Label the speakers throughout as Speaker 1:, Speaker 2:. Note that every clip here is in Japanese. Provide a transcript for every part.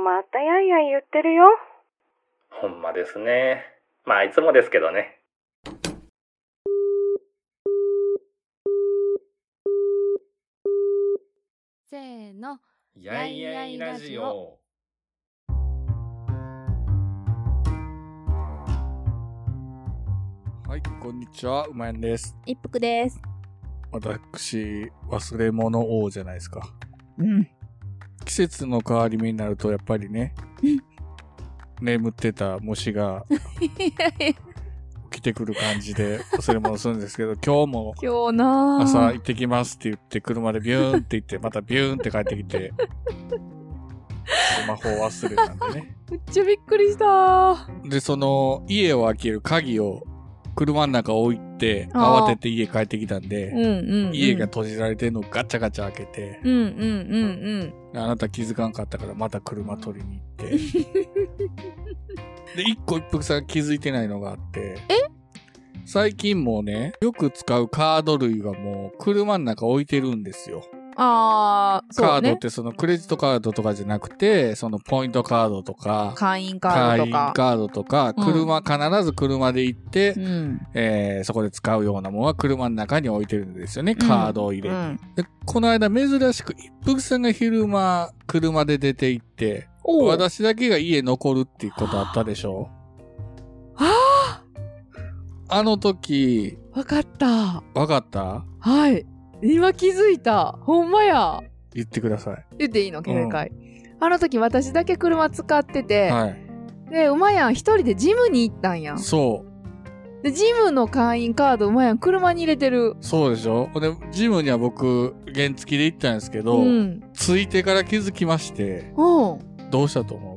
Speaker 1: いやい言ってるよ。
Speaker 2: ほんまですね。まあ、いつもですけどね。
Speaker 3: せーの。
Speaker 4: やいやいラジオ。
Speaker 5: はい、こんにちは、うまやんです。
Speaker 6: 一服 です。
Speaker 5: 私、忘れ物王じゃないですか。
Speaker 6: うん。
Speaker 5: 季節の変わり目になると、やっぱりね、眠ってた虫が起きてくる感じで忘れ物するんですけど、 今日も
Speaker 6: 今日な
Speaker 5: 朝行ってきますって言って、車でビューンって行って、またビューンって帰ってきて、スマホ忘れたんでね。
Speaker 6: めっちゃびっくりしたー。
Speaker 5: で、その、家を開ける鍵を車の中置いて、慌てて家帰ってきたんで、
Speaker 6: うんうん、うん。
Speaker 5: 家が。閉じられてるのをガチャガチャ開けて、
Speaker 6: うんうんうん
Speaker 5: あなた気づかんかったからまた車取りに行って。で、一個一服さんが気づいてないのがあって。最近もうね、よく使うカード類がもう車の中置いてるんですよ。
Speaker 6: うん。あー、
Speaker 5: カ
Speaker 6: そ
Speaker 5: ー
Speaker 6: う
Speaker 5: ドっ
Speaker 6: ね。
Speaker 5: てそのクレジットカードとかじゃなくて、そのポイントカードとか、
Speaker 6: 会員カードとか。
Speaker 5: 会員カードとか、
Speaker 6: うん
Speaker 5: 車、必ず車で行って、
Speaker 6: うん。
Speaker 5: えーそこで使うようなものは車の中に置いてるんですよね、カードを入れて。
Speaker 6: うん、
Speaker 5: で、この間珍しく一服さんが昼間、車で出て行って、
Speaker 6: おう
Speaker 5: 私だけが家残るっていうことあったでしょ
Speaker 6: あ
Speaker 5: あの時、
Speaker 6: ー、わかった。
Speaker 5: わかった
Speaker 6: はい。今気づいた。ほんまや。
Speaker 5: 言ってください。
Speaker 6: 言っていいの正解。あの時私だけ車使ってて、
Speaker 5: はい。
Speaker 6: で、馬やん一人でジムに行ったんやん。
Speaker 5: そう。
Speaker 6: で、ジムの会員カード馬やん車に入れてる。
Speaker 5: そうでしょほんで、ジムには僕、原付きで行ったんですけど、
Speaker 6: うん。
Speaker 5: 着いてから気づきまして、
Speaker 6: うん。
Speaker 5: どうしたと思う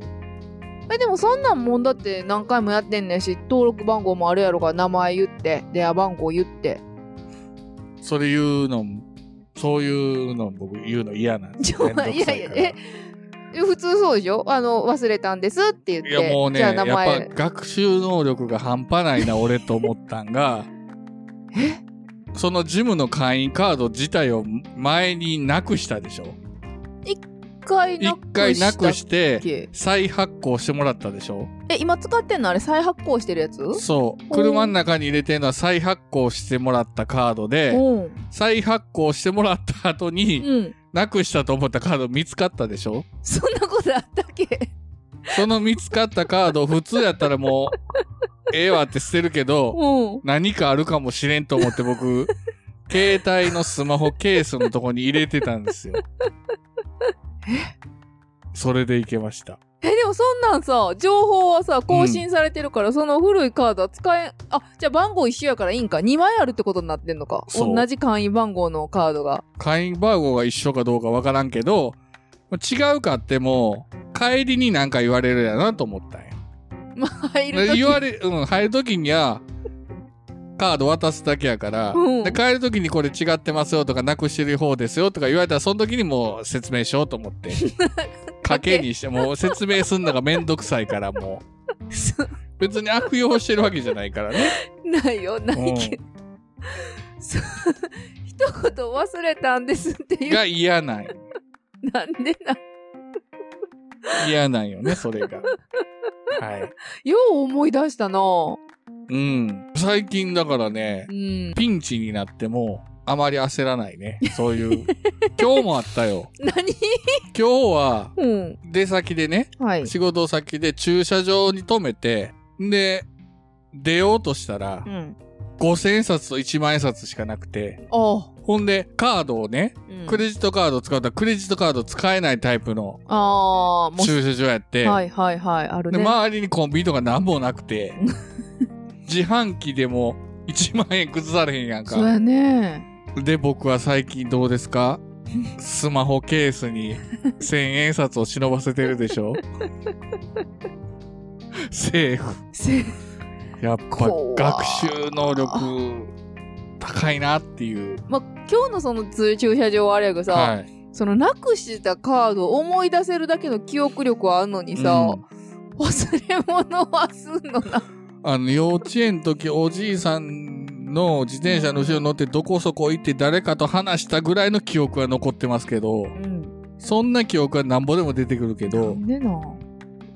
Speaker 6: えでもそんなんもんだって何回もやってんねんし登録番号もあるやろから名前言って電話番号言って
Speaker 5: それ言うのも、そういうの僕言うの嫌なんで
Speaker 6: ちょ
Speaker 5: めんどくさから
Speaker 6: いやいやええ普通そうでしょあの忘れたんですって言っ
Speaker 5: いや
Speaker 6: て
Speaker 5: もうね、
Speaker 6: じゃ
Speaker 5: や
Speaker 6: あ
Speaker 5: っ
Speaker 6: 名
Speaker 5: ぱ
Speaker 6: 前
Speaker 5: 学習能力が半端ないな、俺と思ったんが、 そのジムの会員カード自体を前になくしたでしょ。
Speaker 6: 一回
Speaker 5: 一回なく
Speaker 6: たっ
Speaker 5: して、
Speaker 6: け
Speaker 5: 再発行してもらったでしょ。
Speaker 6: え今使ってんのあれ再発行してるやつう
Speaker 5: そう。車の中に入れてるのは再発行してもらったカードで、
Speaker 6: ん
Speaker 5: 再発行してもらった後に、
Speaker 6: うん
Speaker 5: なくしたと思ったカード見つかったでしょ。
Speaker 6: そんなことあったっけ
Speaker 5: その見つかったカード、普通やったらもう、ええわって捨てるけど、
Speaker 6: うん
Speaker 5: 何かあるかもしれんと思って僕、携帯のスマホケースのとこに入れてたんですよ。それでいけました。
Speaker 6: えでもそんなんさ情報はさ更新されてるから、その古いカードは使えんあじゃあ番号一緒やからいいんか2枚あるってことになってんのか
Speaker 5: そう
Speaker 6: 同じ会員番号のカードが
Speaker 5: 会員番号が一緒かどうかわからんけど、違うかっても、帰りになんか言われるやなと思ったんや。
Speaker 6: まあ入る時
Speaker 5: 言われ、うん、入るときには、カード渡すだけやから、
Speaker 6: うん
Speaker 5: で帰るときにこれ違ってますよとか、なくしてる方ですよとか言われたら、その時にもう説明しようと 思って。賭けにして、もう説明すんのがめんどくさいから、も。
Speaker 6: そう
Speaker 5: 別に悪用してるわけじゃないからね。
Speaker 6: ないよな
Speaker 5: う
Speaker 6: いけど、 そう一言忘れたんですって
Speaker 5: ん、
Speaker 6: 言
Speaker 5: が
Speaker 6: う
Speaker 5: 嫌なんよ
Speaker 6: なんでな
Speaker 5: 嫌なんよね、それが。はい。
Speaker 6: よう思い出したな
Speaker 5: うん。最近だからね
Speaker 6: う、ん
Speaker 5: ピンチになっても、あまり焦らないね。そ ういう。今日もあったよ。
Speaker 6: 何
Speaker 5: 今日は、
Speaker 6: うん
Speaker 5: 出先でね、
Speaker 6: はい
Speaker 5: 仕事先で駐車場に止めて、で、出ようとしたら
Speaker 6: う、ん
Speaker 5: 5000円札と1万円札しかなくて、
Speaker 6: あ、
Speaker 5: ほんで、カードをね、
Speaker 6: うん
Speaker 5: クレジットカードを使うとクレジットカード使えないタイプの
Speaker 6: あーも
Speaker 5: 駐車場やって、
Speaker 6: はいはいはいある
Speaker 5: で
Speaker 6: ね、
Speaker 5: 周りにコンビニとか何もなく て、自販機でも1万円崩されへんやん
Speaker 6: そう
Speaker 5: か。
Speaker 6: やね
Speaker 5: で、僕は最近どうですかスマホケースに1000円札を忍ばせてるでしょセーフ。
Speaker 6: せ
Speaker 5: やっぱ
Speaker 6: 怖
Speaker 5: 学習能力高いなっていう。
Speaker 6: まあ、今日のその通駐車場はあれやけどさ、
Speaker 5: はい。
Speaker 6: そのなくしたカードを思い出せるだけの記憶力はあるのにさ、
Speaker 5: うん
Speaker 6: 忘れ物はすんのな。
Speaker 5: あの、幼稚園の時、おじいさんの自転車の後ろに乗ってどこそこ行って誰かと話したぐらいの記憶は残ってますけど、
Speaker 6: うん。
Speaker 5: そんな記憶はなんぼでも出てくるけど、
Speaker 6: なんでな。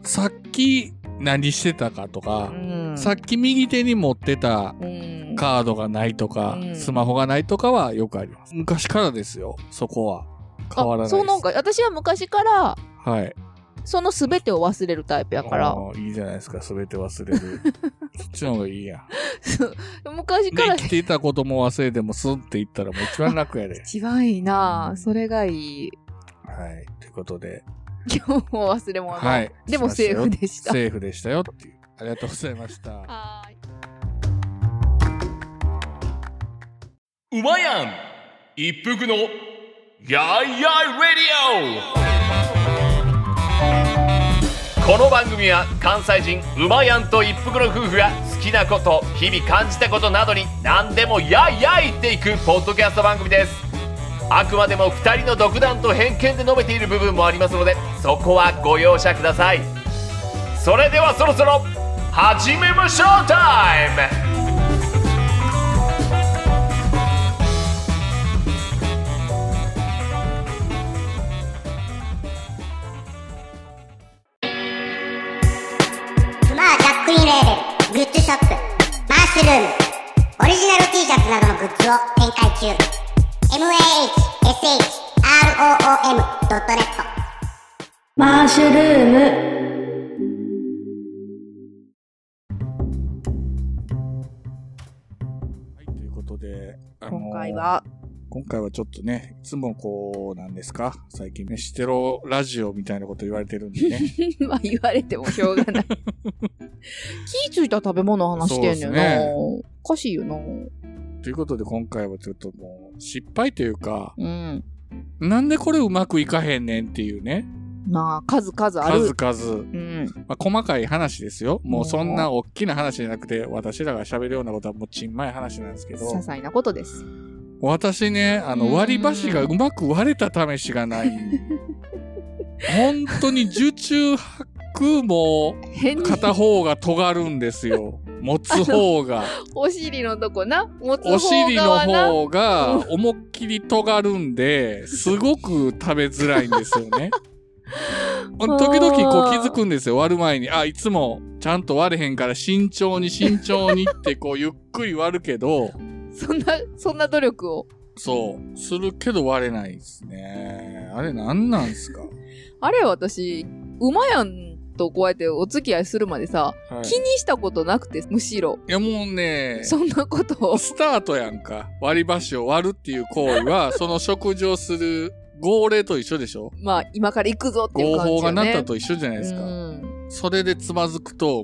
Speaker 5: さっき何してたかとか、
Speaker 6: うん
Speaker 5: さっき右手に持ってた
Speaker 6: うん
Speaker 5: カードがないとか、
Speaker 6: うん
Speaker 5: スマホがないとかはよくあります。昔からですよ、そこは。変わ
Speaker 6: あ
Speaker 5: らないです。
Speaker 6: そうなんか私は昔から
Speaker 5: はい。
Speaker 6: その全てを忘れるタイプやから
Speaker 5: あーいいじゃないですか、すべて忘れる。そっちの方がいいや ん。
Speaker 6: 昔
Speaker 5: で
Speaker 6: から
Speaker 5: 生きていたことも忘れてもスンっていったらもう一番楽やで。
Speaker 6: 一番いいなそれがいい
Speaker 5: はい。ということで、
Speaker 6: 今日も忘れ物、
Speaker 5: はい。
Speaker 6: でもセーフでした
Speaker 5: セーフでしたよっていう。ありがとうござい ました。
Speaker 6: はーいう
Speaker 4: まやん一服のやいやいレディオこの番組は関西人うまやんと一服の夫婦が好きなこと日々感じたことなどに何でもやいやい言っていくポッドキャスト番組ですあくまでも2人の独断と偏見で述べている部分もありますのでそこはご容赦くださいそれではそろそろ始めましょうタイム
Speaker 1: まあジャックインレーベルグッズショップマッシュルームオリジナル T シャツなどのグッズを展開中 mahshroom.net
Speaker 3: マーシュルーム
Speaker 5: はい、ということで、あのー
Speaker 6: 今回は
Speaker 5: 今回はちょっとね、いつもこう、なんですか最近飯テロラジオみたいなこと言われてるんでね。
Speaker 6: まあ言われてもしょうがない 気ぃついた食べ物の話してんねんな、
Speaker 5: そ
Speaker 6: おかしいよな
Speaker 5: ということで今回はちょっともう、失敗というか、
Speaker 6: うん
Speaker 5: なんでこれうまくいかへんねんっていうね、
Speaker 6: まあ数々ある
Speaker 5: 数々。
Speaker 6: うん
Speaker 5: まあ、細かい話ですよ。も
Speaker 6: も
Speaker 5: う
Speaker 6: う
Speaker 5: そんな大きな話じゃなくて、私らが喋るようなことはもうちんまい話なんですけ
Speaker 6: 些
Speaker 5: ど、
Speaker 6: 細なことです
Speaker 5: 私ね、あの、割り箸がうまく割れた試しがない。本当に受注発空も
Speaker 6: 変に
Speaker 5: 片方が尖るんですよ。持つ方が。
Speaker 6: お尻のとこな持つ
Speaker 5: お
Speaker 6: 方
Speaker 5: 尻の
Speaker 6: 側な
Speaker 5: 方が思いっきり尖るんで、すごく食べづらいんですよ ね。時々こう気づくんですよ、割る前に。あ、いつもちゃんと割れへんから慎重に慎重にってこうゆっくり割るけど、
Speaker 6: そんなそんな努力を
Speaker 5: そう、するけど割れないですね。あれなんなんすか、
Speaker 6: あれ私馬やんとこうやってお付き合いするまでさ
Speaker 5: はい、
Speaker 6: 気
Speaker 5: い
Speaker 6: にしたことなくてむしろ
Speaker 5: やもうね、
Speaker 6: そんなことを
Speaker 5: スタートやんか。割り箸を割るっていう行為は、その食事をする号令と一緒でしょ
Speaker 6: まあ今から行くぞっていう
Speaker 5: 合
Speaker 6: 感じよね
Speaker 5: 法がなったと一緒じゃないですか。
Speaker 6: うん
Speaker 5: それでつまずくと、も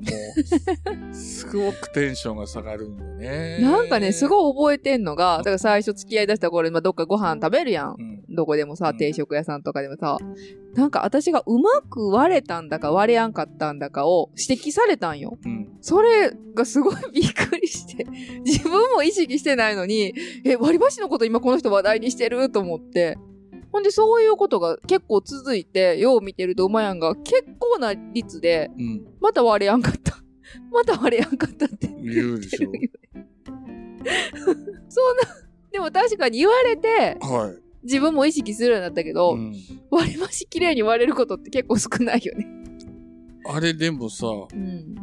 Speaker 5: う、すごくテンションが下がるんよね。
Speaker 6: なんかねす
Speaker 5: い。
Speaker 6: ごい覚えてんのがだから最初付き合いだした頃今どっかご飯食べるやん
Speaker 5: うん。
Speaker 6: どこでも
Speaker 5: う
Speaker 6: さ
Speaker 5: ん
Speaker 6: 定食屋さんとかでもさなんか私がうまく割れたんだか割れやんかったんだかを指摘されたんよ
Speaker 5: うん。
Speaker 6: それがすごいびっくりして、 自分も意識してないのに、え、割り箸のこと今この人話題にしてると思って。ほんで、そういうことが結構続いて、よう見てると、馬やんが結構な率で、
Speaker 5: うん。
Speaker 6: また割れやんかった。 また割れやんかったって
Speaker 5: 言うで しょ
Speaker 6: 言ってるよねそんな、でも確かに言われて、
Speaker 5: はい。
Speaker 6: 自分も意識するようになったけど、
Speaker 5: うん
Speaker 6: 割り箸綺麗に割れることって結構少ないよね。
Speaker 5: あれでもさ、
Speaker 6: うん。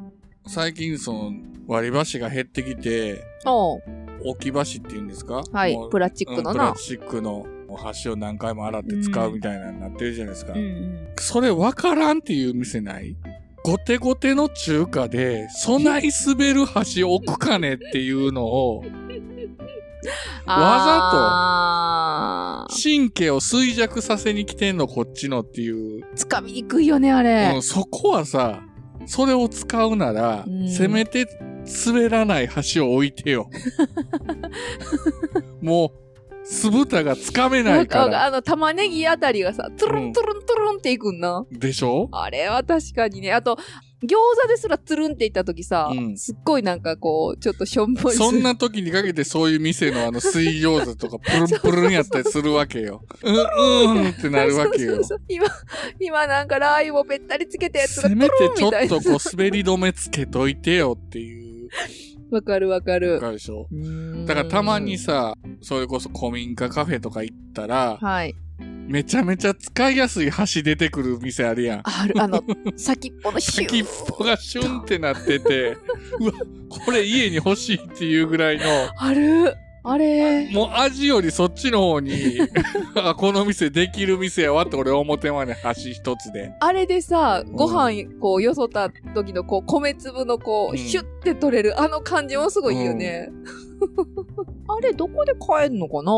Speaker 5: 最近その、割り箸が減ってきて、
Speaker 6: おう
Speaker 5: 置き箸っていうんですか
Speaker 6: はい
Speaker 5: もう。
Speaker 6: プラスチックの
Speaker 5: うんプ
Speaker 6: な
Speaker 5: ラ。スチックの箸を何回も洗って使うみたいなのになってるじゃないですか。
Speaker 6: うん
Speaker 5: それわからんっていう店ないゴテゴテの中華で、そない滑る箸置くかねっていうのを、
Speaker 6: わざ
Speaker 5: 神経を衰弱させに来てんのこっちのっていう、
Speaker 6: と。つかみにくいよね、あれ。
Speaker 5: うんそこはさそれを使うなら、
Speaker 6: うん
Speaker 5: せめて滑らない橋を置い てよもう酢豚がつかめな
Speaker 6: ないんかわ
Speaker 5: か
Speaker 6: かる
Speaker 5: ら
Speaker 6: あの、玉ねぎあたりがさ、トゥル
Speaker 5: うん
Speaker 6: ントゥルントゥルンっていくんな。
Speaker 5: でしょ
Speaker 6: あれは確かにね。あと、餃子ですらトゥルンっていった時さ、
Speaker 5: うん
Speaker 6: すっごいなんかこう、ちょっとしょんぼりする
Speaker 5: そんな時にかけてそういう店のあの水餃 子とかプルンプルンやったりするわけよ。うん、うんってなるわけ
Speaker 6: そう
Speaker 5: よ
Speaker 6: そ。うそう今、今なんかラー油をべったりつけたやつが
Speaker 5: せ
Speaker 6: トゥ
Speaker 5: めて
Speaker 6: ルン
Speaker 5: ちょ
Speaker 6: み
Speaker 5: った
Speaker 6: いな
Speaker 5: と。こう滑り止めつけといてよっていう。
Speaker 6: わかるわか
Speaker 5: わ
Speaker 6: る。
Speaker 5: かるでしょ
Speaker 6: うーん
Speaker 5: だからたまに、さ、それこそ古民家カフェとか行ったら、
Speaker 6: はい。
Speaker 5: めちゃめちゃ使いやすい箸出てくる店あるやん。
Speaker 6: ある、あ の、先っぽのシュー
Speaker 5: 先っぽがシュンってなっ てて、うわ、これ家に欲しいっていうぐらいの、
Speaker 6: ある。あれ。
Speaker 5: もう味よりそっちの方 に、あこの店できる店やわって俺表まで箸一つで。
Speaker 6: あれでさ、ご飯、こう、よそった時の、こう、米粒の、こう、
Speaker 5: うん
Speaker 6: ヒュッて取れる、あの感じもすごいいいよね。 あれ、どこで買えんのかな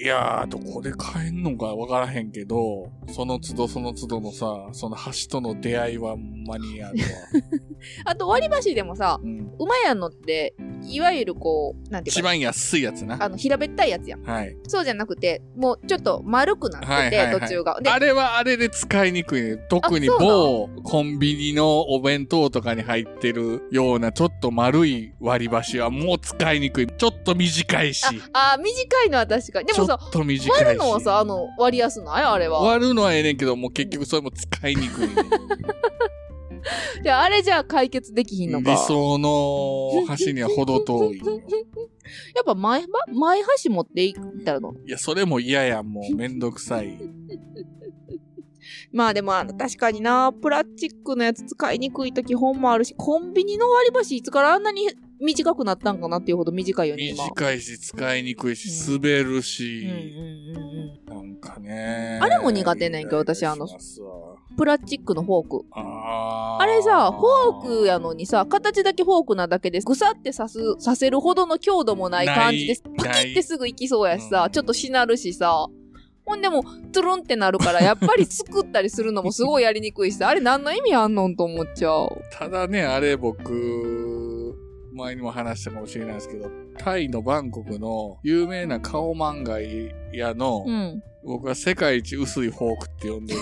Speaker 6: い
Speaker 5: やー、どこで買えんのかわからへんけど、その都度その都度のさ、その箸との出会いはマニアルわ。
Speaker 6: あと、割り箸でもさ、
Speaker 5: うん。
Speaker 6: 馬やんのって、いわゆるこう、なんてい
Speaker 5: 一
Speaker 6: うか、
Speaker 5: 番安いやつな。
Speaker 6: あの、平べったいやつやん。
Speaker 5: はい。
Speaker 6: そうじゃなくて、もう、ちょっと丸くなってて、
Speaker 5: はいはいはい
Speaker 6: 途中が。で、
Speaker 5: あれはあれで使いにくいね。特に
Speaker 6: あ
Speaker 5: 某
Speaker 6: そ
Speaker 5: コンビニのお弁当とかに入ってるようなちょっと丸い割り箸はもう使いにくい。ちょっと短いし。
Speaker 6: あ、あ短いのは確かに。で
Speaker 5: ちょ
Speaker 6: もさ、
Speaker 5: っと短いし。
Speaker 6: 割るのはさ、あの、割りやすないあれは。
Speaker 5: 割るのはええねんけど、もう結局それも使いにくいね、
Speaker 6: じゃあ、あれじゃあ解決できひんのか。
Speaker 5: 理想の箸には程遠い。
Speaker 6: やっぱ前ば、前箸持っていったらの。
Speaker 5: いや、それも嫌やん、もうめんどくさい。
Speaker 6: まあでも、あの、確かにな、プラスチックのやつ使いにくい時本もあるし、コンビニの割り箸いつからあんなに短くなったんかなっていうほど短いよね、今。
Speaker 5: 短いし、使いにくいし、
Speaker 6: う
Speaker 5: 滑る
Speaker 6: うんうん
Speaker 5: し、
Speaker 6: うん
Speaker 5: なんかね。
Speaker 6: あれも苦手なんやけど私あの
Speaker 5: イライラしますわ
Speaker 6: うん。プラスチックのフォーク。
Speaker 5: あー
Speaker 6: あれさ、フォークやのにさ、形だけフォークなだけで、ぐさって刺す、刺せるほどの強度もない感じで
Speaker 5: ない、
Speaker 6: パキってすぐ行きそうやし
Speaker 5: う
Speaker 6: さ
Speaker 5: ん、
Speaker 6: ちょっとしなるしさ。ほんでも、トゥルンってなるから、やっぱり作ったりするのもすごいやりにくいしさ、あれ何の意味あんのんと思っちゃう。
Speaker 5: ただね、あれ僕、前にも話したかもしれないですけど、タイのバンコクの有名なカオマンガイ屋の、
Speaker 6: うん。
Speaker 5: 僕は世界一薄いフォークって呼んで る、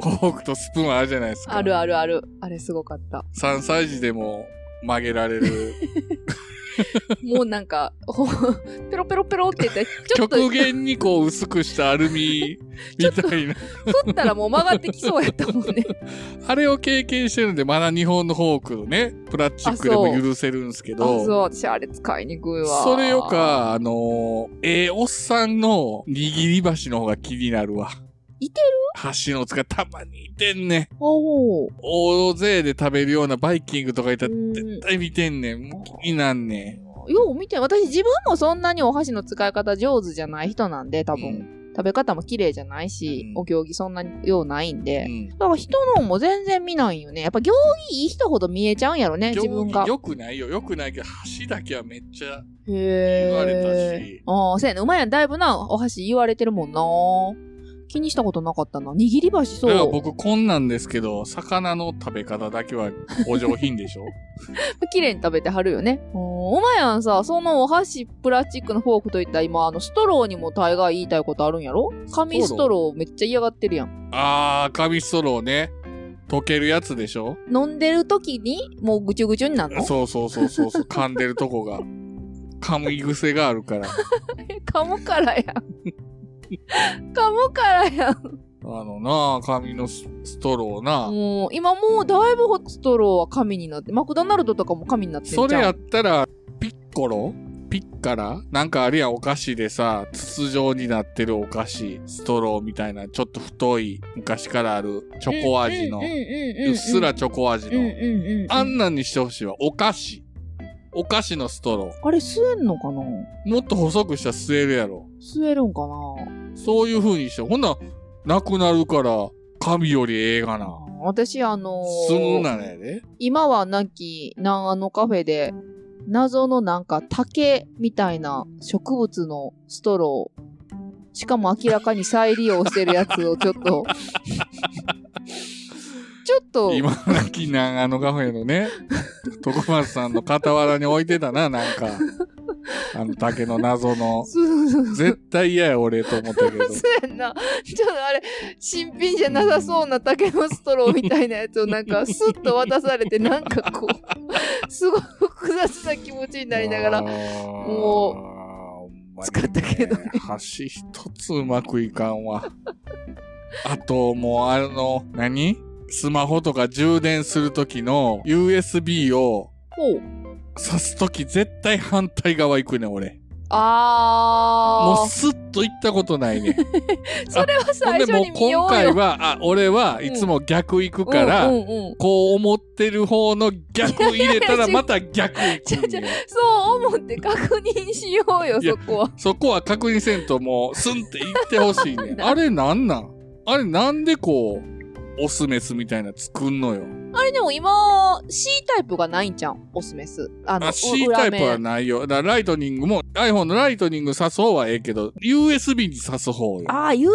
Speaker 5: フォークとスプーンあるじゃないですか。
Speaker 6: あるあるある。あれすごかった。
Speaker 5: 3歳児でも曲げられる。
Speaker 6: もうなんか、ほペロペロペロって言って、 ちょっと、
Speaker 5: 極限にこう薄くしたア ルミみたいな。
Speaker 6: 振ったらもう曲がってきそうやったもんね。
Speaker 5: あれを経験してるんで、まだ日本のフォークのね、プラスチックでも許せるん ですけ
Speaker 6: あ、そう、
Speaker 5: ど、
Speaker 6: 私あれ使いにくいわ。
Speaker 5: それよ。か、あのー、ええおっさんの握り箸の方が気になるわ。
Speaker 6: いて
Speaker 5: る箸の使いたまにいてんねん。
Speaker 6: おー
Speaker 5: 大勢で食べるようなバイキングとかいたら
Speaker 6: うん
Speaker 5: 絶対見てんねん。もう気になんね
Speaker 6: よう見て私自分もそんなにお箸の使い方上手じゃない人なんで多分、
Speaker 5: う
Speaker 6: 食べ方も綺麗じゃないし、
Speaker 5: うん
Speaker 6: お行儀そんなにようないんで、
Speaker 5: ん。うん。
Speaker 6: だから人のも全然見ないよねやっぱ行儀いい人ほど見えちゃうんやろね自分が
Speaker 5: よくないよ。よくないけど、箸だけはめっちゃ
Speaker 6: へえ
Speaker 5: 言われたし
Speaker 6: ああそうやねうまいやんだいぶなお箸言われてるもんな気にしたことなかったな握り箸そ
Speaker 5: だから
Speaker 6: う
Speaker 5: 僕こんなんですけど、魚の食べ方だけはお上品で しょ
Speaker 6: 綺麗に食べてはるよねうんおまやんさそのお箸プラスチックのフォークといったら今あのストローにも大概言いたいことあるんやろ紙ストローめっちゃ嫌がってるやん
Speaker 5: あー、紙ストローね。溶けるやつでしょ
Speaker 6: 飲んでる時にもうぐちゅぐちゅになるの
Speaker 5: そうそうそうそ うそう、噛んでるとこが。噛み癖があるから。
Speaker 6: 噛むからやん 噛むからやん
Speaker 5: あのなあ、紙のスストローな。
Speaker 6: もう今もうだいぶホットストローは紙になってマクドナルドとかも紙になってんじゃ
Speaker 5: そ
Speaker 6: ん
Speaker 5: れやったら、ピッコロピッカラなんかあるやん、お菓子でさ、筒状になってるお菓子。ストローみたいな、ちょっと太い、昔からある、チョコ味の
Speaker 6: うんうん、うんうんうん
Speaker 5: うっすらチョコ味
Speaker 6: うんうん
Speaker 5: の。
Speaker 6: うんうん
Speaker 5: あんなんにしてほしいわ。お菓子。お菓子のストロ
Speaker 6: あれ吸えんのかな
Speaker 5: ー。もっと細くしたら吸えるやろ。
Speaker 6: 吸えるんかな
Speaker 5: そういう風にして。ほんなら、なくなるから、紙よりええが
Speaker 6: あ
Speaker 5: な。
Speaker 6: 私あのー
Speaker 5: すんなねで。
Speaker 6: 今はなき長野カフェで謎のなんか竹みたいな植物のストローしかも明らかに再利用してるやつをちょっとちょっと
Speaker 5: 今なき長野カフェ のね、徳松さんの傍らに置いてたな、なんか。あの竹の謎の。
Speaker 6: そうそうそう
Speaker 5: 絶対嫌や俺と思ったけど。
Speaker 6: そうやんなちょっとあれ新品じゃなさそうな竹のストローみたいなやつをなんかスッと渡されてなんかこうすごい複雑な気持ちになりながら
Speaker 5: もう
Speaker 6: 使ったけどね
Speaker 5: 箸一つうまくいかんわあともうあの何スマホとか充電する時の USB を
Speaker 6: ほう
Speaker 5: 挿す時絶対反対側行くねん俺
Speaker 6: あ
Speaker 5: もう
Speaker 6: ー。
Speaker 5: スッと行ったことな いねん。
Speaker 6: それは
Speaker 5: ほん
Speaker 6: 最
Speaker 5: で
Speaker 6: 初
Speaker 5: もう
Speaker 6: に見よ
Speaker 5: 今
Speaker 6: う
Speaker 5: 回
Speaker 6: よ。
Speaker 5: は、あ、俺はいつも逆行くから、
Speaker 6: うんうんうん
Speaker 5: こう思ってる方の逆入 れたらまた逆
Speaker 6: ち
Speaker 5: 行
Speaker 6: ょ
Speaker 5: く
Speaker 6: ちょ
Speaker 5: んよ。
Speaker 6: そう思って確認しようよ、
Speaker 5: いや
Speaker 6: そこは。
Speaker 5: そこは確認せんともうスンって行ってほしいね ん。
Speaker 6: な
Speaker 5: あれなんなんあれなんでこう、オスメスみたいな作んのよ。
Speaker 6: あれでも今、C タイプがないんじゃん、オスメス。あの、
Speaker 5: あ、C タイプは
Speaker 6: 裏面
Speaker 5: ないよ。だからライトニングも iPhone のライトニング刺す方はええけど、USB に刺す方よ。
Speaker 6: ああ、U、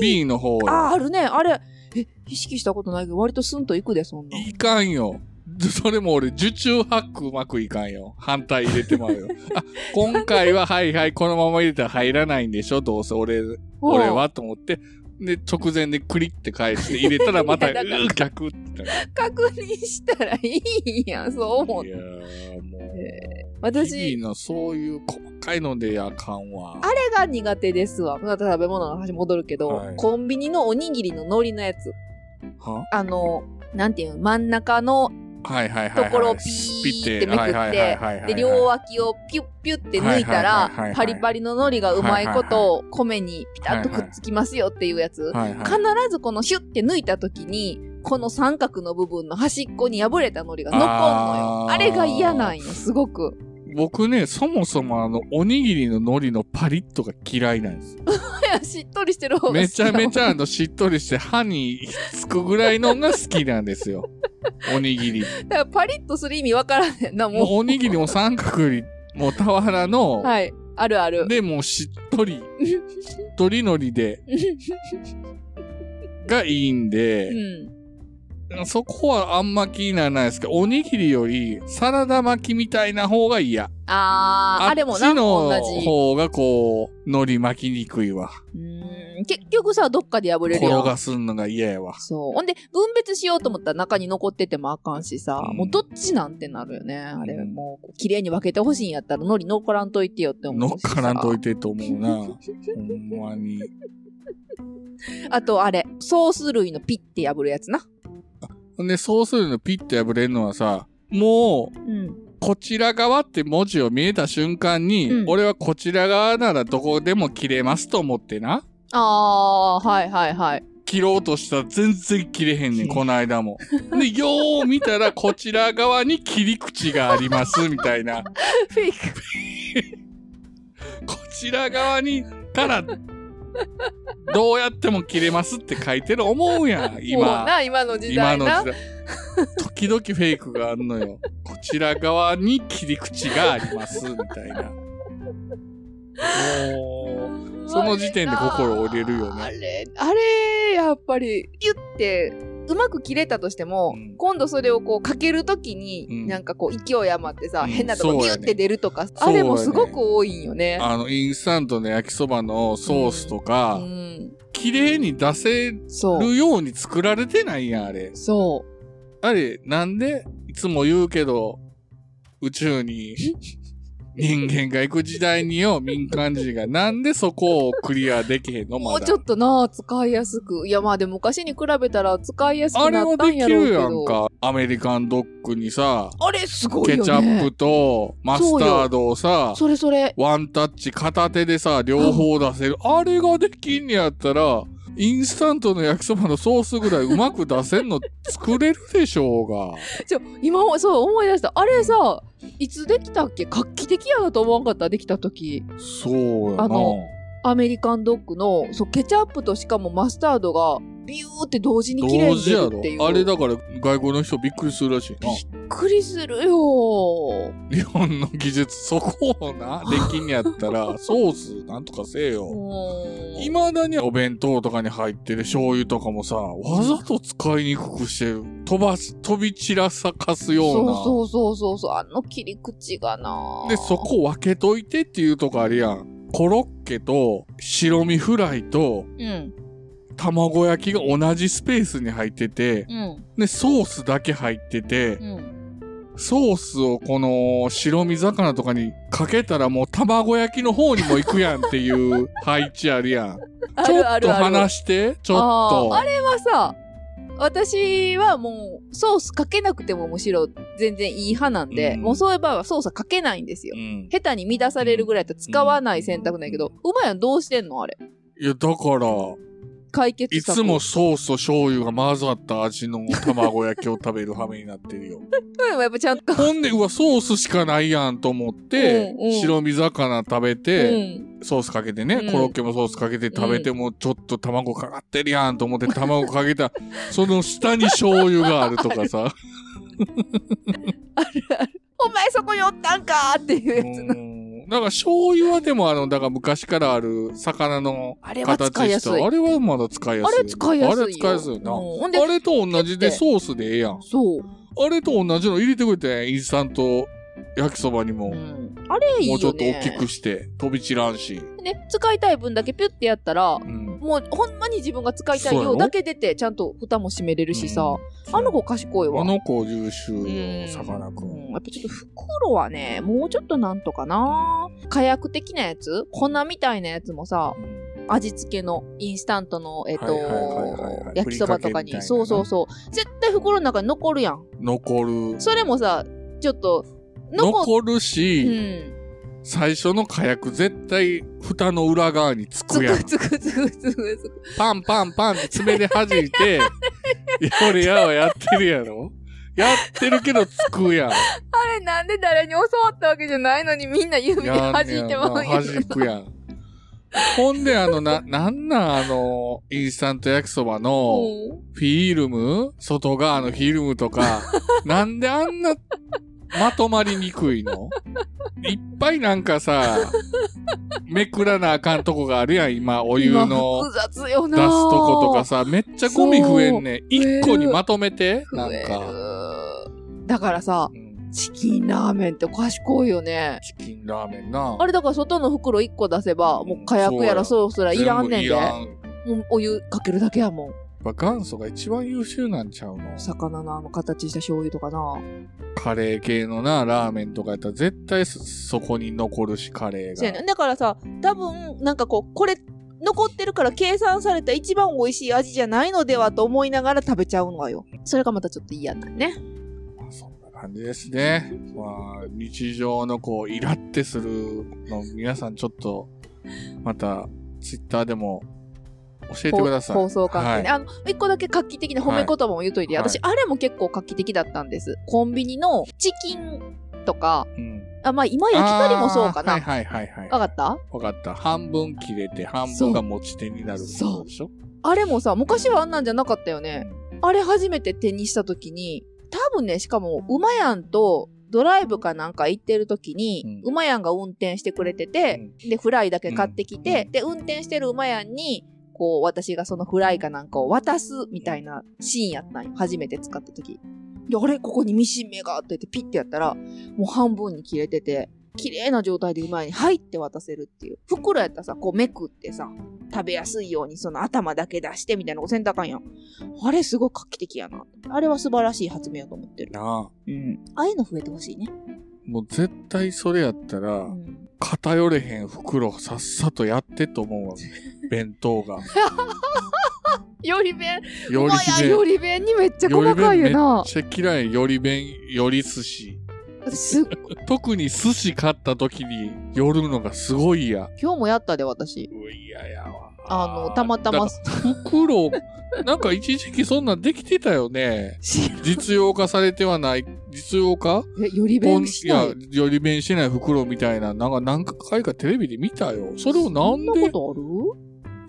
Speaker 5: USB の方
Speaker 6: ああ、
Speaker 5: よ。
Speaker 6: あるね。あれ、え、意識したことないけど、割とスンといくで、そんな。
Speaker 5: いかんよ。それも俺、受注ハックうまくいかんよ。反対入れてま うよ。あ、今回ははいはい、このまま入れたら入らないんでしょどうせ俺、俺はと思って。で、直前でクリって返して入れたらまた、
Speaker 6: いうやだから
Speaker 5: ー、逆ってなる
Speaker 6: 確認したらいいやん、そう思っ
Speaker 5: い
Speaker 6: て。
Speaker 5: やーもう、日
Speaker 6: 私、
Speaker 5: 々のそういう細かいのでやかんわ。
Speaker 6: あれが苦手ですわ。また食べ物の話戻るけど、
Speaker 5: はい
Speaker 6: コンビニのおにぎりの海苔のやつ。
Speaker 5: は
Speaker 6: あの、なんていうの真ん中の、
Speaker 5: はいはいはいはい。
Speaker 6: ところをピ
Speaker 5: ピ
Speaker 6: ーっ
Speaker 5: ッ
Speaker 6: てめくって
Speaker 5: はいはいはいはいはい
Speaker 6: で、両脇をピュッピュッって抜いた
Speaker 5: はいはいはいはいは
Speaker 6: ら
Speaker 5: い、
Speaker 6: パリパリの海苔がうまいこと米にピタッとくっつきますよっていうやつ。
Speaker 5: はいはい
Speaker 6: 必ずこのシュッて抜いた時に、この三角の部分の端っこに破れた海苔が残んのよ。
Speaker 5: あー
Speaker 6: あれが嫌なんよ、すごく。
Speaker 5: 僕ね、そもそもあの、おにぎりの海苔のパリッとが嫌いなんです。
Speaker 6: しっとりしてる方が好き
Speaker 5: めちゃめち
Speaker 6: ゃ。
Speaker 5: ゃあの、しっとりして歯にひっつくぐらいのが好きなんで すよ。おにぎり。
Speaker 6: だからパリッとする意味わからんねんな、
Speaker 5: もう
Speaker 6: も
Speaker 5: おにぎりも三角より、もう俵の、
Speaker 6: う。はい。あるある。
Speaker 5: で、もうしっとり、しっとり海苔 で、がいいん
Speaker 6: う
Speaker 5: で、
Speaker 6: ん。
Speaker 5: そこはあんま気にならないですけど、おにぎりよりサラダ巻きみたいな方が嫌。
Speaker 6: あー、あれも
Speaker 5: あ
Speaker 6: な、
Speaker 5: っちの
Speaker 6: 同じ。
Speaker 5: 方がこう、海苔巻きにくいわ。
Speaker 6: うーん結局さ、どっかで破れる
Speaker 5: 転
Speaker 6: よ。
Speaker 5: がすんのが嫌やわ。
Speaker 6: そう。ほんで、分別しようと思ったら中に残っててもあかんしさ、
Speaker 5: うん
Speaker 6: もうどっちなんてなるよね。あれ、
Speaker 5: うん
Speaker 6: もう、綺麗に分けてほしいんやったら、海苔乗っからんといてよって
Speaker 5: 乗
Speaker 6: 思
Speaker 5: っ
Speaker 6: うしさ。
Speaker 5: からんといてと思うな。 ほんまに。
Speaker 6: あと、あれ、ソース類のピッて破るやつな。
Speaker 5: ほんで、そうするのピッと破れるのはさ、も
Speaker 6: う
Speaker 5: う、
Speaker 6: ん。
Speaker 5: こちら側って文字を見えた瞬間に、
Speaker 6: うん
Speaker 5: 俺はこちら側ならどこでも切れますと思ってな。
Speaker 6: あー、はいはいはい。
Speaker 5: 切ろうとしたら全然切れへんねん、この間も。で、よう見たらこちら側に切り口があります、みたいな。
Speaker 6: フェイク。
Speaker 5: こちら側にから、どうやっても切れますって書いてる思うやん、
Speaker 6: も
Speaker 5: 今
Speaker 6: う。な、今の時
Speaker 5: 今
Speaker 6: 代
Speaker 5: の
Speaker 6: な。
Speaker 5: 時代。 時々フェイクがあんのよ。こちら側に切り口があります、みたいな。もその時点で心折れるよね
Speaker 6: あれ、あれ、やっぱり、ピュって、うまく切れたとしても、
Speaker 5: うん
Speaker 6: 今度それをこうかけるときに、
Speaker 5: うん
Speaker 6: なんかこう勢い余ってさ、
Speaker 5: うん
Speaker 6: 変なとこ
Speaker 5: そう
Speaker 6: ギュ
Speaker 5: や
Speaker 6: っ
Speaker 5: ね
Speaker 6: て出るとか、
Speaker 5: そう
Speaker 6: あ
Speaker 5: やね
Speaker 6: れもすごく多いんよ
Speaker 5: う、
Speaker 6: ね。
Speaker 5: あの、インスタントの焼きそばのソースと
Speaker 6: う
Speaker 5: か、
Speaker 6: ん。
Speaker 5: 綺麗に出せる
Speaker 6: そう。
Speaker 5: ように作られてないやん、あれ。
Speaker 6: そう。
Speaker 5: あれ、なんで、いつも言うけど、宇 宙に人間が行く時代によ、民間人が。なんでそこをクリアできへんの
Speaker 6: も
Speaker 5: ま
Speaker 6: う
Speaker 5: だ
Speaker 6: ちょ。っとな、使いやすく。いや、まあでも昔に比べたら使いやす
Speaker 5: あ
Speaker 6: く
Speaker 5: れ
Speaker 6: な
Speaker 5: は
Speaker 6: った
Speaker 5: で
Speaker 6: ん
Speaker 5: き
Speaker 6: やろう
Speaker 5: る
Speaker 6: け
Speaker 5: やん
Speaker 6: ど。
Speaker 5: か。アメリカンドッグにさ、
Speaker 6: あれすごいよ
Speaker 5: ケ
Speaker 6: ね。
Speaker 5: チャップとマスタードをさ、
Speaker 6: それそれ。
Speaker 5: ワンタッチ片手でさ、両方出せる。あれができんねやったら、インスタントの焼きそばのソースぐらいうまく出せんの作れるでしょうが。
Speaker 6: ちょ、今もそう思い出した。あれさ、いつできたっけ画期的やなと思わんかったできた時。
Speaker 5: そうやな。
Speaker 6: あのアメリカンドッグのそうケチャップとしかもマスタードがビューって同時に綺麗
Speaker 5: 同
Speaker 6: に
Speaker 5: 時
Speaker 6: 出
Speaker 5: や
Speaker 6: るっていう
Speaker 5: ろ。あれだから外国の人びっくりするらしいな。
Speaker 6: びっくりするよ
Speaker 5: 日本の技術、そこをな、できんやったら、ソースなんとかせえよ。いまだにお弁当とかに入ってる醤油とかもさ、わざと使いにくくしてる。飛ばし、飛び散らさかすような。
Speaker 6: そうそうそうそうそうあの切り口がな
Speaker 5: で、そこ分けといてっていうとこあるやん。コロッケと白身フライと
Speaker 6: うん
Speaker 5: 卵焼きが同じスペースに入ってて、
Speaker 6: うん
Speaker 5: で、ソースだけ入ってて、
Speaker 6: うん
Speaker 5: ソースをこの白身魚とかにかけたらもう卵焼きの方にも行くやんっていう配置あるやん。
Speaker 6: あるあ
Speaker 5: ちょ
Speaker 6: る
Speaker 5: っ
Speaker 6: あ
Speaker 5: と
Speaker 6: る
Speaker 5: 離して、ちょっ
Speaker 6: あー
Speaker 5: と。
Speaker 6: あれはさ私はもうソースかけなくてもむしろ全然いい派なんで、
Speaker 5: うん
Speaker 6: もうそういう場合はソースはかけないんですよ
Speaker 5: う。ん。
Speaker 6: 下手に乱されるぐらいだったら使わない選択なんやけど、うまいやんどうしてんのあれ。
Speaker 5: いや、だから、
Speaker 6: 解決
Speaker 5: い
Speaker 6: 策。
Speaker 5: つもソースと醤油が混ざった味の卵焼きを食べる羽目になってる よ。
Speaker 6: うんやっぱちゃんと。
Speaker 5: ほんで、うわ、ソースしかないやんと思って、
Speaker 6: うんうん
Speaker 5: 白身魚食べ
Speaker 6: う
Speaker 5: て、
Speaker 6: ん。
Speaker 5: ソースかけてね、
Speaker 6: うん
Speaker 5: コロッケもソースかけて食べても、ちょっと卵かかってるやんと思って卵かけた、その下に醤油があると かさ。
Speaker 6: お前そこにおったんかーっていう
Speaker 5: う
Speaker 6: やつ。
Speaker 5: んなんか醤油はでもあの、だから昔からある魚の
Speaker 6: あれは
Speaker 5: 形
Speaker 6: 使いや
Speaker 5: した。
Speaker 6: すい。
Speaker 5: あ
Speaker 6: あ
Speaker 5: れはまだ使いやす
Speaker 6: れ
Speaker 5: い。
Speaker 6: 使いやすいよ。
Speaker 5: あれ使いやすいな。
Speaker 6: うんほんで
Speaker 5: あ、れと同じで
Speaker 6: 切って
Speaker 5: ソースでええやん。
Speaker 6: そう。
Speaker 5: あれと同じの入れてくれて、インスタント焼きそばにも、
Speaker 6: うんあれいいよ、ね。
Speaker 5: もうちょっと大きくして、飛び散らんし。
Speaker 6: ね、使いたい分だけピュッてやったら、
Speaker 5: うん。
Speaker 6: もうほんまに自分が使いたい
Speaker 5: そうや
Speaker 6: 量
Speaker 5: ろ
Speaker 6: だけ出て、ちゃんと蓋も閉めれるしさ。あの子賢いわ。
Speaker 5: あの子優秀よ、さかなク
Speaker 6: う
Speaker 5: ン。
Speaker 6: ん、やっぱちょっと袋はね、もうちょっとなんとかな。火薬的なやつ粉みたいなやつもさ、味付けのインスタントの、えっ、
Speaker 5: はいはいはいは
Speaker 6: と
Speaker 5: い、
Speaker 6: 焼きそばとか
Speaker 5: ふりかけみたいな
Speaker 6: に。
Speaker 5: な
Speaker 6: そうそうそう。絶対袋の中に残るやん。
Speaker 5: 残る。
Speaker 6: それもさ、ちょっと、残
Speaker 5: 残る
Speaker 6: う
Speaker 5: し、
Speaker 6: ん。
Speaker 5: 最初の火薬絶対蓋の裏側につ
Speaker 6: つ
Speaker 5: くやん
Speaker 6: く。つくつくつくつく。
Speaker 5: パンパンパンって爪で弾 いて、やれやはやってるやろやってるけどつくやん。
Speaker 6: あれなんで誰に教わったわけじゃないのにみんな指で
Speaker 5: や
Speaker 6: 弾
Speaker 5: んねや
Speaker 6: い
Speaker 5: ん
Speaker 6: てまうんや
Speaker 5: 弾くやん。ほんで、あの、 な、なんなんあの、インスタント焼きそばの、
Speaker 6: うん
Speaker 5: フィルム外側のフィルム とか、なんであんな、まとまりにくいのいっぱいなんかさ、めくらなあかんとこがあるやん、今、お湯の。
Speaker 6: 今複雑よ
Speaker 5: 出
Speaker 6: な
Speaker 5: すとことかさ、めっちゃゴミ増えんねん。
Speaker 6: そう
Speaker 5: 一個にまとめて、な
Speaker 6: 増え
Speaker 5: ん
Speaker 6: る
Speaker 5: か。
Speaker 6: だからさ
Speaker 5: うん
Speaker 6: チキンラーメンって賢いよね
Speaker 5: チキンラーメンな。
Speaker 6: あれだから外の袋1個出せばもう火薬やらソースやらいらんねん
Speaker 5: 全部い
Speaker 6: で
Speaker 5: ら
Speaker 6: も
Speaker 5: ん。
Speaker 6: うお湯かけるだけやもん
Speaker 5: やっぱ元祖が一番優秀なんちゃうの
Speaker 6: 魚のあの形した醤油とかな
Speaker 5: カレー系のな、ラーメンとかやったら絶対そそこに残るし、カレー
Speaker 6: そうや
Speaker 5: が
Speaker 6: ね。だからさ多分なんかこうこれ残ってるから計算された一番美味しい味じゃないのではと思いながら食べちゃうのはよそれがまたちょっと嫌なんね
Speaker 5: まあそんな感じですね。まあ、日常のこう、イラってするの、皆さんちょっと、また、ツイッターでも、教えてください。
Speaker 6: 放送関係ね、あ
Speaker 5: はい
Speaker 6: の一個だけ画期的な褒め言葉も言うといて、
Speaker 5: はい
Speaker 6: 私あれも結構画期的だったんですコンビニのチキンとか
Speaker 5: うん。
Speaker 6: あまあ今焼き鳥もそうかな、
Speaker 5: あーはいはいはいはい。
Speaker 6: わかった
Speaker 5: わかった。半分切れて、半分が持ち手になる
Speaker 6: そう
Speaker 5: そうでしょ
Speaker 6: あれもさ昔はあんなんじゃなかったよねあれ初めて手にした時に多分ねしかも馬やんとドライブかなんか行ってる時に、
Speaker 5: うん
Speaker 6: 馬やんが運転してくれてて、でフライだけ買ってきて、で運転してる馬やんにこう私がそのフライかなんかを渡すみたいなシーンやったんよ初めて使った時であれここにミシン目があって言ってピッてやったらもう半分に切れてて綺麗な状態で馬やんに「はい」って渡せるっていう袋やったらさこうめくってさ食べやすいようにその頭だけ出してみたいなのせんとあかんやんあれすごい画期的やな。あれは素晴らしい発明やと思ってる。
Speaker 5: なあ。
Speaker 6: うん。ああいうの増えてほしいね。
Speaker 5: もう絶対それやったら
Speaker 6: う、ん。
Speaker 5: 偏れへん袋さっさとやってと思うわ。弁 当が。
Speaker 6: より弁、
Speaker 5: より
Speaker 6: や
Speaker 5: 弁。
Speaker 6: より弁にめっちゃ細かいよ
Speaker 5: め
Speaker 6: な
Speaker 5: っ。ちゃ嫌い。より弁、より寿司。
Speaker 6: 私すっ
Speaker 5: 特に寿司買った時に寄るのがすごいや。
Speaker 6: 今日もやったで私。
Speaker 5: うわ嫌やわ。
Speaker 6: あのたまたま
Speaker 5: だから袋、なんか一時期そんなんできてたよね。
Speaker 6: し
Speaker 5: 実用化されてはない、実用化
Speaker 6: えより弁しない。
Speaker 5: いや、より弁してない袋みたいな、なんか何回かテレビで見たよ。それをなん
Speaker 6: そんな
Speaker 5: で、
Speaker 6: こ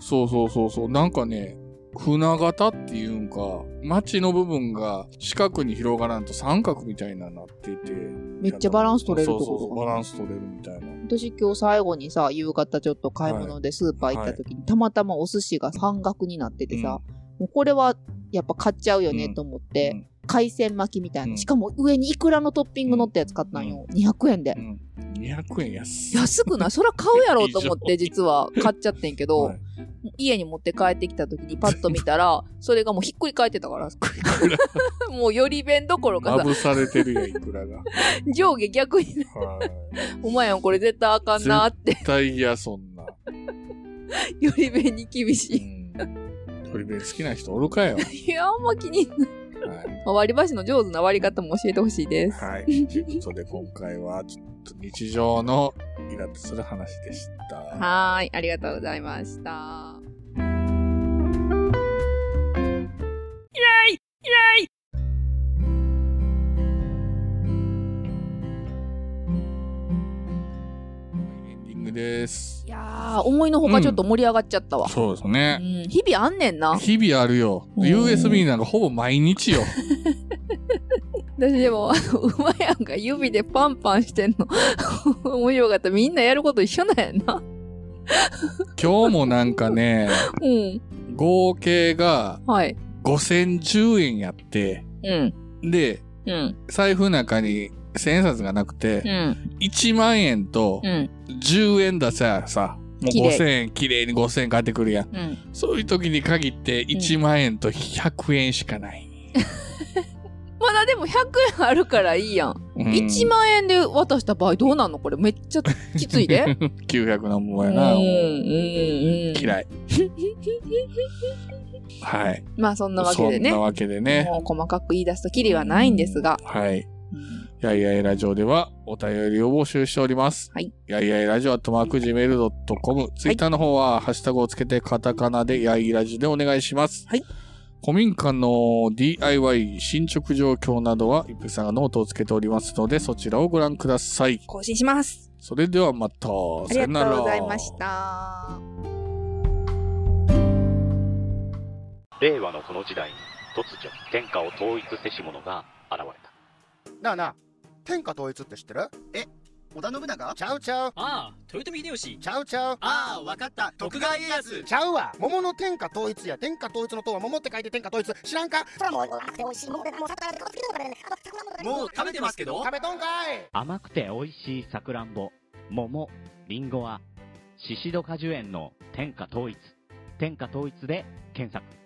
Speaker 6: と
Speaker 5: そうそうそうそう、なんかね、船型っていうんか、町の部分が四角に広がらんと三角みたいななっていて。
Speaker 6: あるめっちゃバランス取れるって
Speaker 5: そうそう
Speaker 6: こ
Speaker 5: そ
Speaker 6: と
Speaker 5: う
Speaker 6: か
Speaker 5: バ
Speaker 6: な。
Speaker 5: ランス取れるみたいな。
Speaker 6: 私今日最後にさ、夕方ちょっと買い物でスーパー行った時に、たまたまお寿司が半額になっててさ、もうこれはやっぱ買っちゃうよねと思って、
Speaker 5: うん
Speaker 6: 海鮮巻きみたいな、
Speaker 5: うん
Speaker 6: しかも上にイクラのトッピング乗ったやつ買ったんよ。200円で。
Speaker 5: うん。200円安い。
Speaker 6: 安く ないそら買うやろうと思って実は買っちゃってんけど、
Speaker 5: はい
Speaker 6: 家に持って帰ってきた時にパッと見たらそれがもうひっくり返ってた からもうより弁どころか
Speaker 5: ま
Speaker 6: さ
Speaker 5: ぶされてるやん、いく らが。
Speaker 6: 上下逆にな
Speaker 5: はい。
Speaker 6: お前やんこれ絶対あかんなって
Speaker 5: 絶対嫌、そんな。
Speaker 6: より弁に厳し
Speaker 5: う
Speaker 6: い
Speaker 5: ん。鳥弁好きな人おるかよ。
Speaker 6: いや、あんま気に
Speaker 5: はい。
Speaker 6: 割り箸の上手な割り方も教えてほしいです。
Speaker 5: はい。ということで、今回は、ちょっと日常のイラッとする話でした。
Speaker 6: はーい、ありがとうございました。
Speaker 5: エンディングです
Speaker 6: い。やー、思いのほかちょっと盛り上がっちゃったわ。
Speaker 5: そうです
Speaker 6: う
Speaker 5: ね。
Speaker 6: ん、日々あんねんな。
Speaker 5: 日々あるよ。
Speaker 6: うん
Speaker 5: USB なんかほぼ毎 日よ。
Speaker 6: 私で も、あの、うまやんが指でパンパンしてんの。 面白かった。みんなやること一緒なんやな。
Speaker 5: 今日もなんかね、
Speaker 6: うん。
Speaker 5: 合計が
Speaker 6: はい。
Speaker 5: 5010円やって、
Speaker 6: うん。
Speaker 5: で、
Speaker 6: うん。
Speaker 5: 財布の中に1000円札がなく
Speaker 6: う
Speaker 5: て、
Speaker 6: ん。
Speaker 5: 1万円と
Speaker 6: うん。
Speaker 5: 10円出せやさ、もう
Speaker 6: 綺麗
Speaker 5: 5000円、綺麗に5000円返ってくるやん。
Speaker 6: うん。
Speaker 5: そういう時に限って1万円と100円しかない。
Speaker 6: まだでも100円あるからいいやん。
Speaker 5: うん
Speaker 6: 1万円で渡した場合どうなんのこれめっちゃきつい で。
Speaker 5: 900のも
Speaker 6: うんんう
Speaker 5: や
Speaker 6: ん
Speaker 5: な。
Speaker 6: うん。
Speaker 5: 嫌い。はい。
Speaker 6: まあそんなわけで
Speaker 5: そん
Speaker 6: ね
Speaker 5: な。わけでね。
Speaker 6: もう細かく言い出すとキリはないんですが。
Speaker 5: はい。やいやいラジオではお便りを募集しております。
Speaker 6: はい。
Speaker 5: やいやいラジオアットマーク Gmail.com。ツイッターの方は、ハッシュタグをつけてカタカナでやいラジでお願いします。
Speaker 6: はい。
Speaker 5: 古民家の DIY 進捗状況などは、一服さんがノートをつけておりますので、そちらをご覧ください。
Speaker 6: 更新します。
Speaker 5: それではまた。
Speaker 6: あ
Speaker 5: さ
Speaker 6: り
Speaker 5: よな
Speaker 6: が
Speaker 5: ら
Speaker 6: とうございまし。た。
Speaker 7: 令和のこの時代に突如天下を統一せし者が現れた
Speaker 8: なあなあ天下統一って知ってるえ織田信長ちゃうちゃう
Speaker 9: ああ、豊臣秀吉。
Speaker 8: ちゃうちゃう
Speaker 9: ああ、わかった。徳川家康。
Speaker 8: ちゃうわ桃の天下統一や天下統一の塔は桃って書いて天下統一知らんか
Speaker 1: それはもう甘くて美味しいもんでもう魚でこっち来てからねあと桜も食べて
Speaker 9: もう食べてますけど
Speaker 8: 食。べとんかい
Speaker 10: 甘くて美味しいさくらんぼ、桃、りんごは、シシド果樹園の天下統一。天下統一で検索。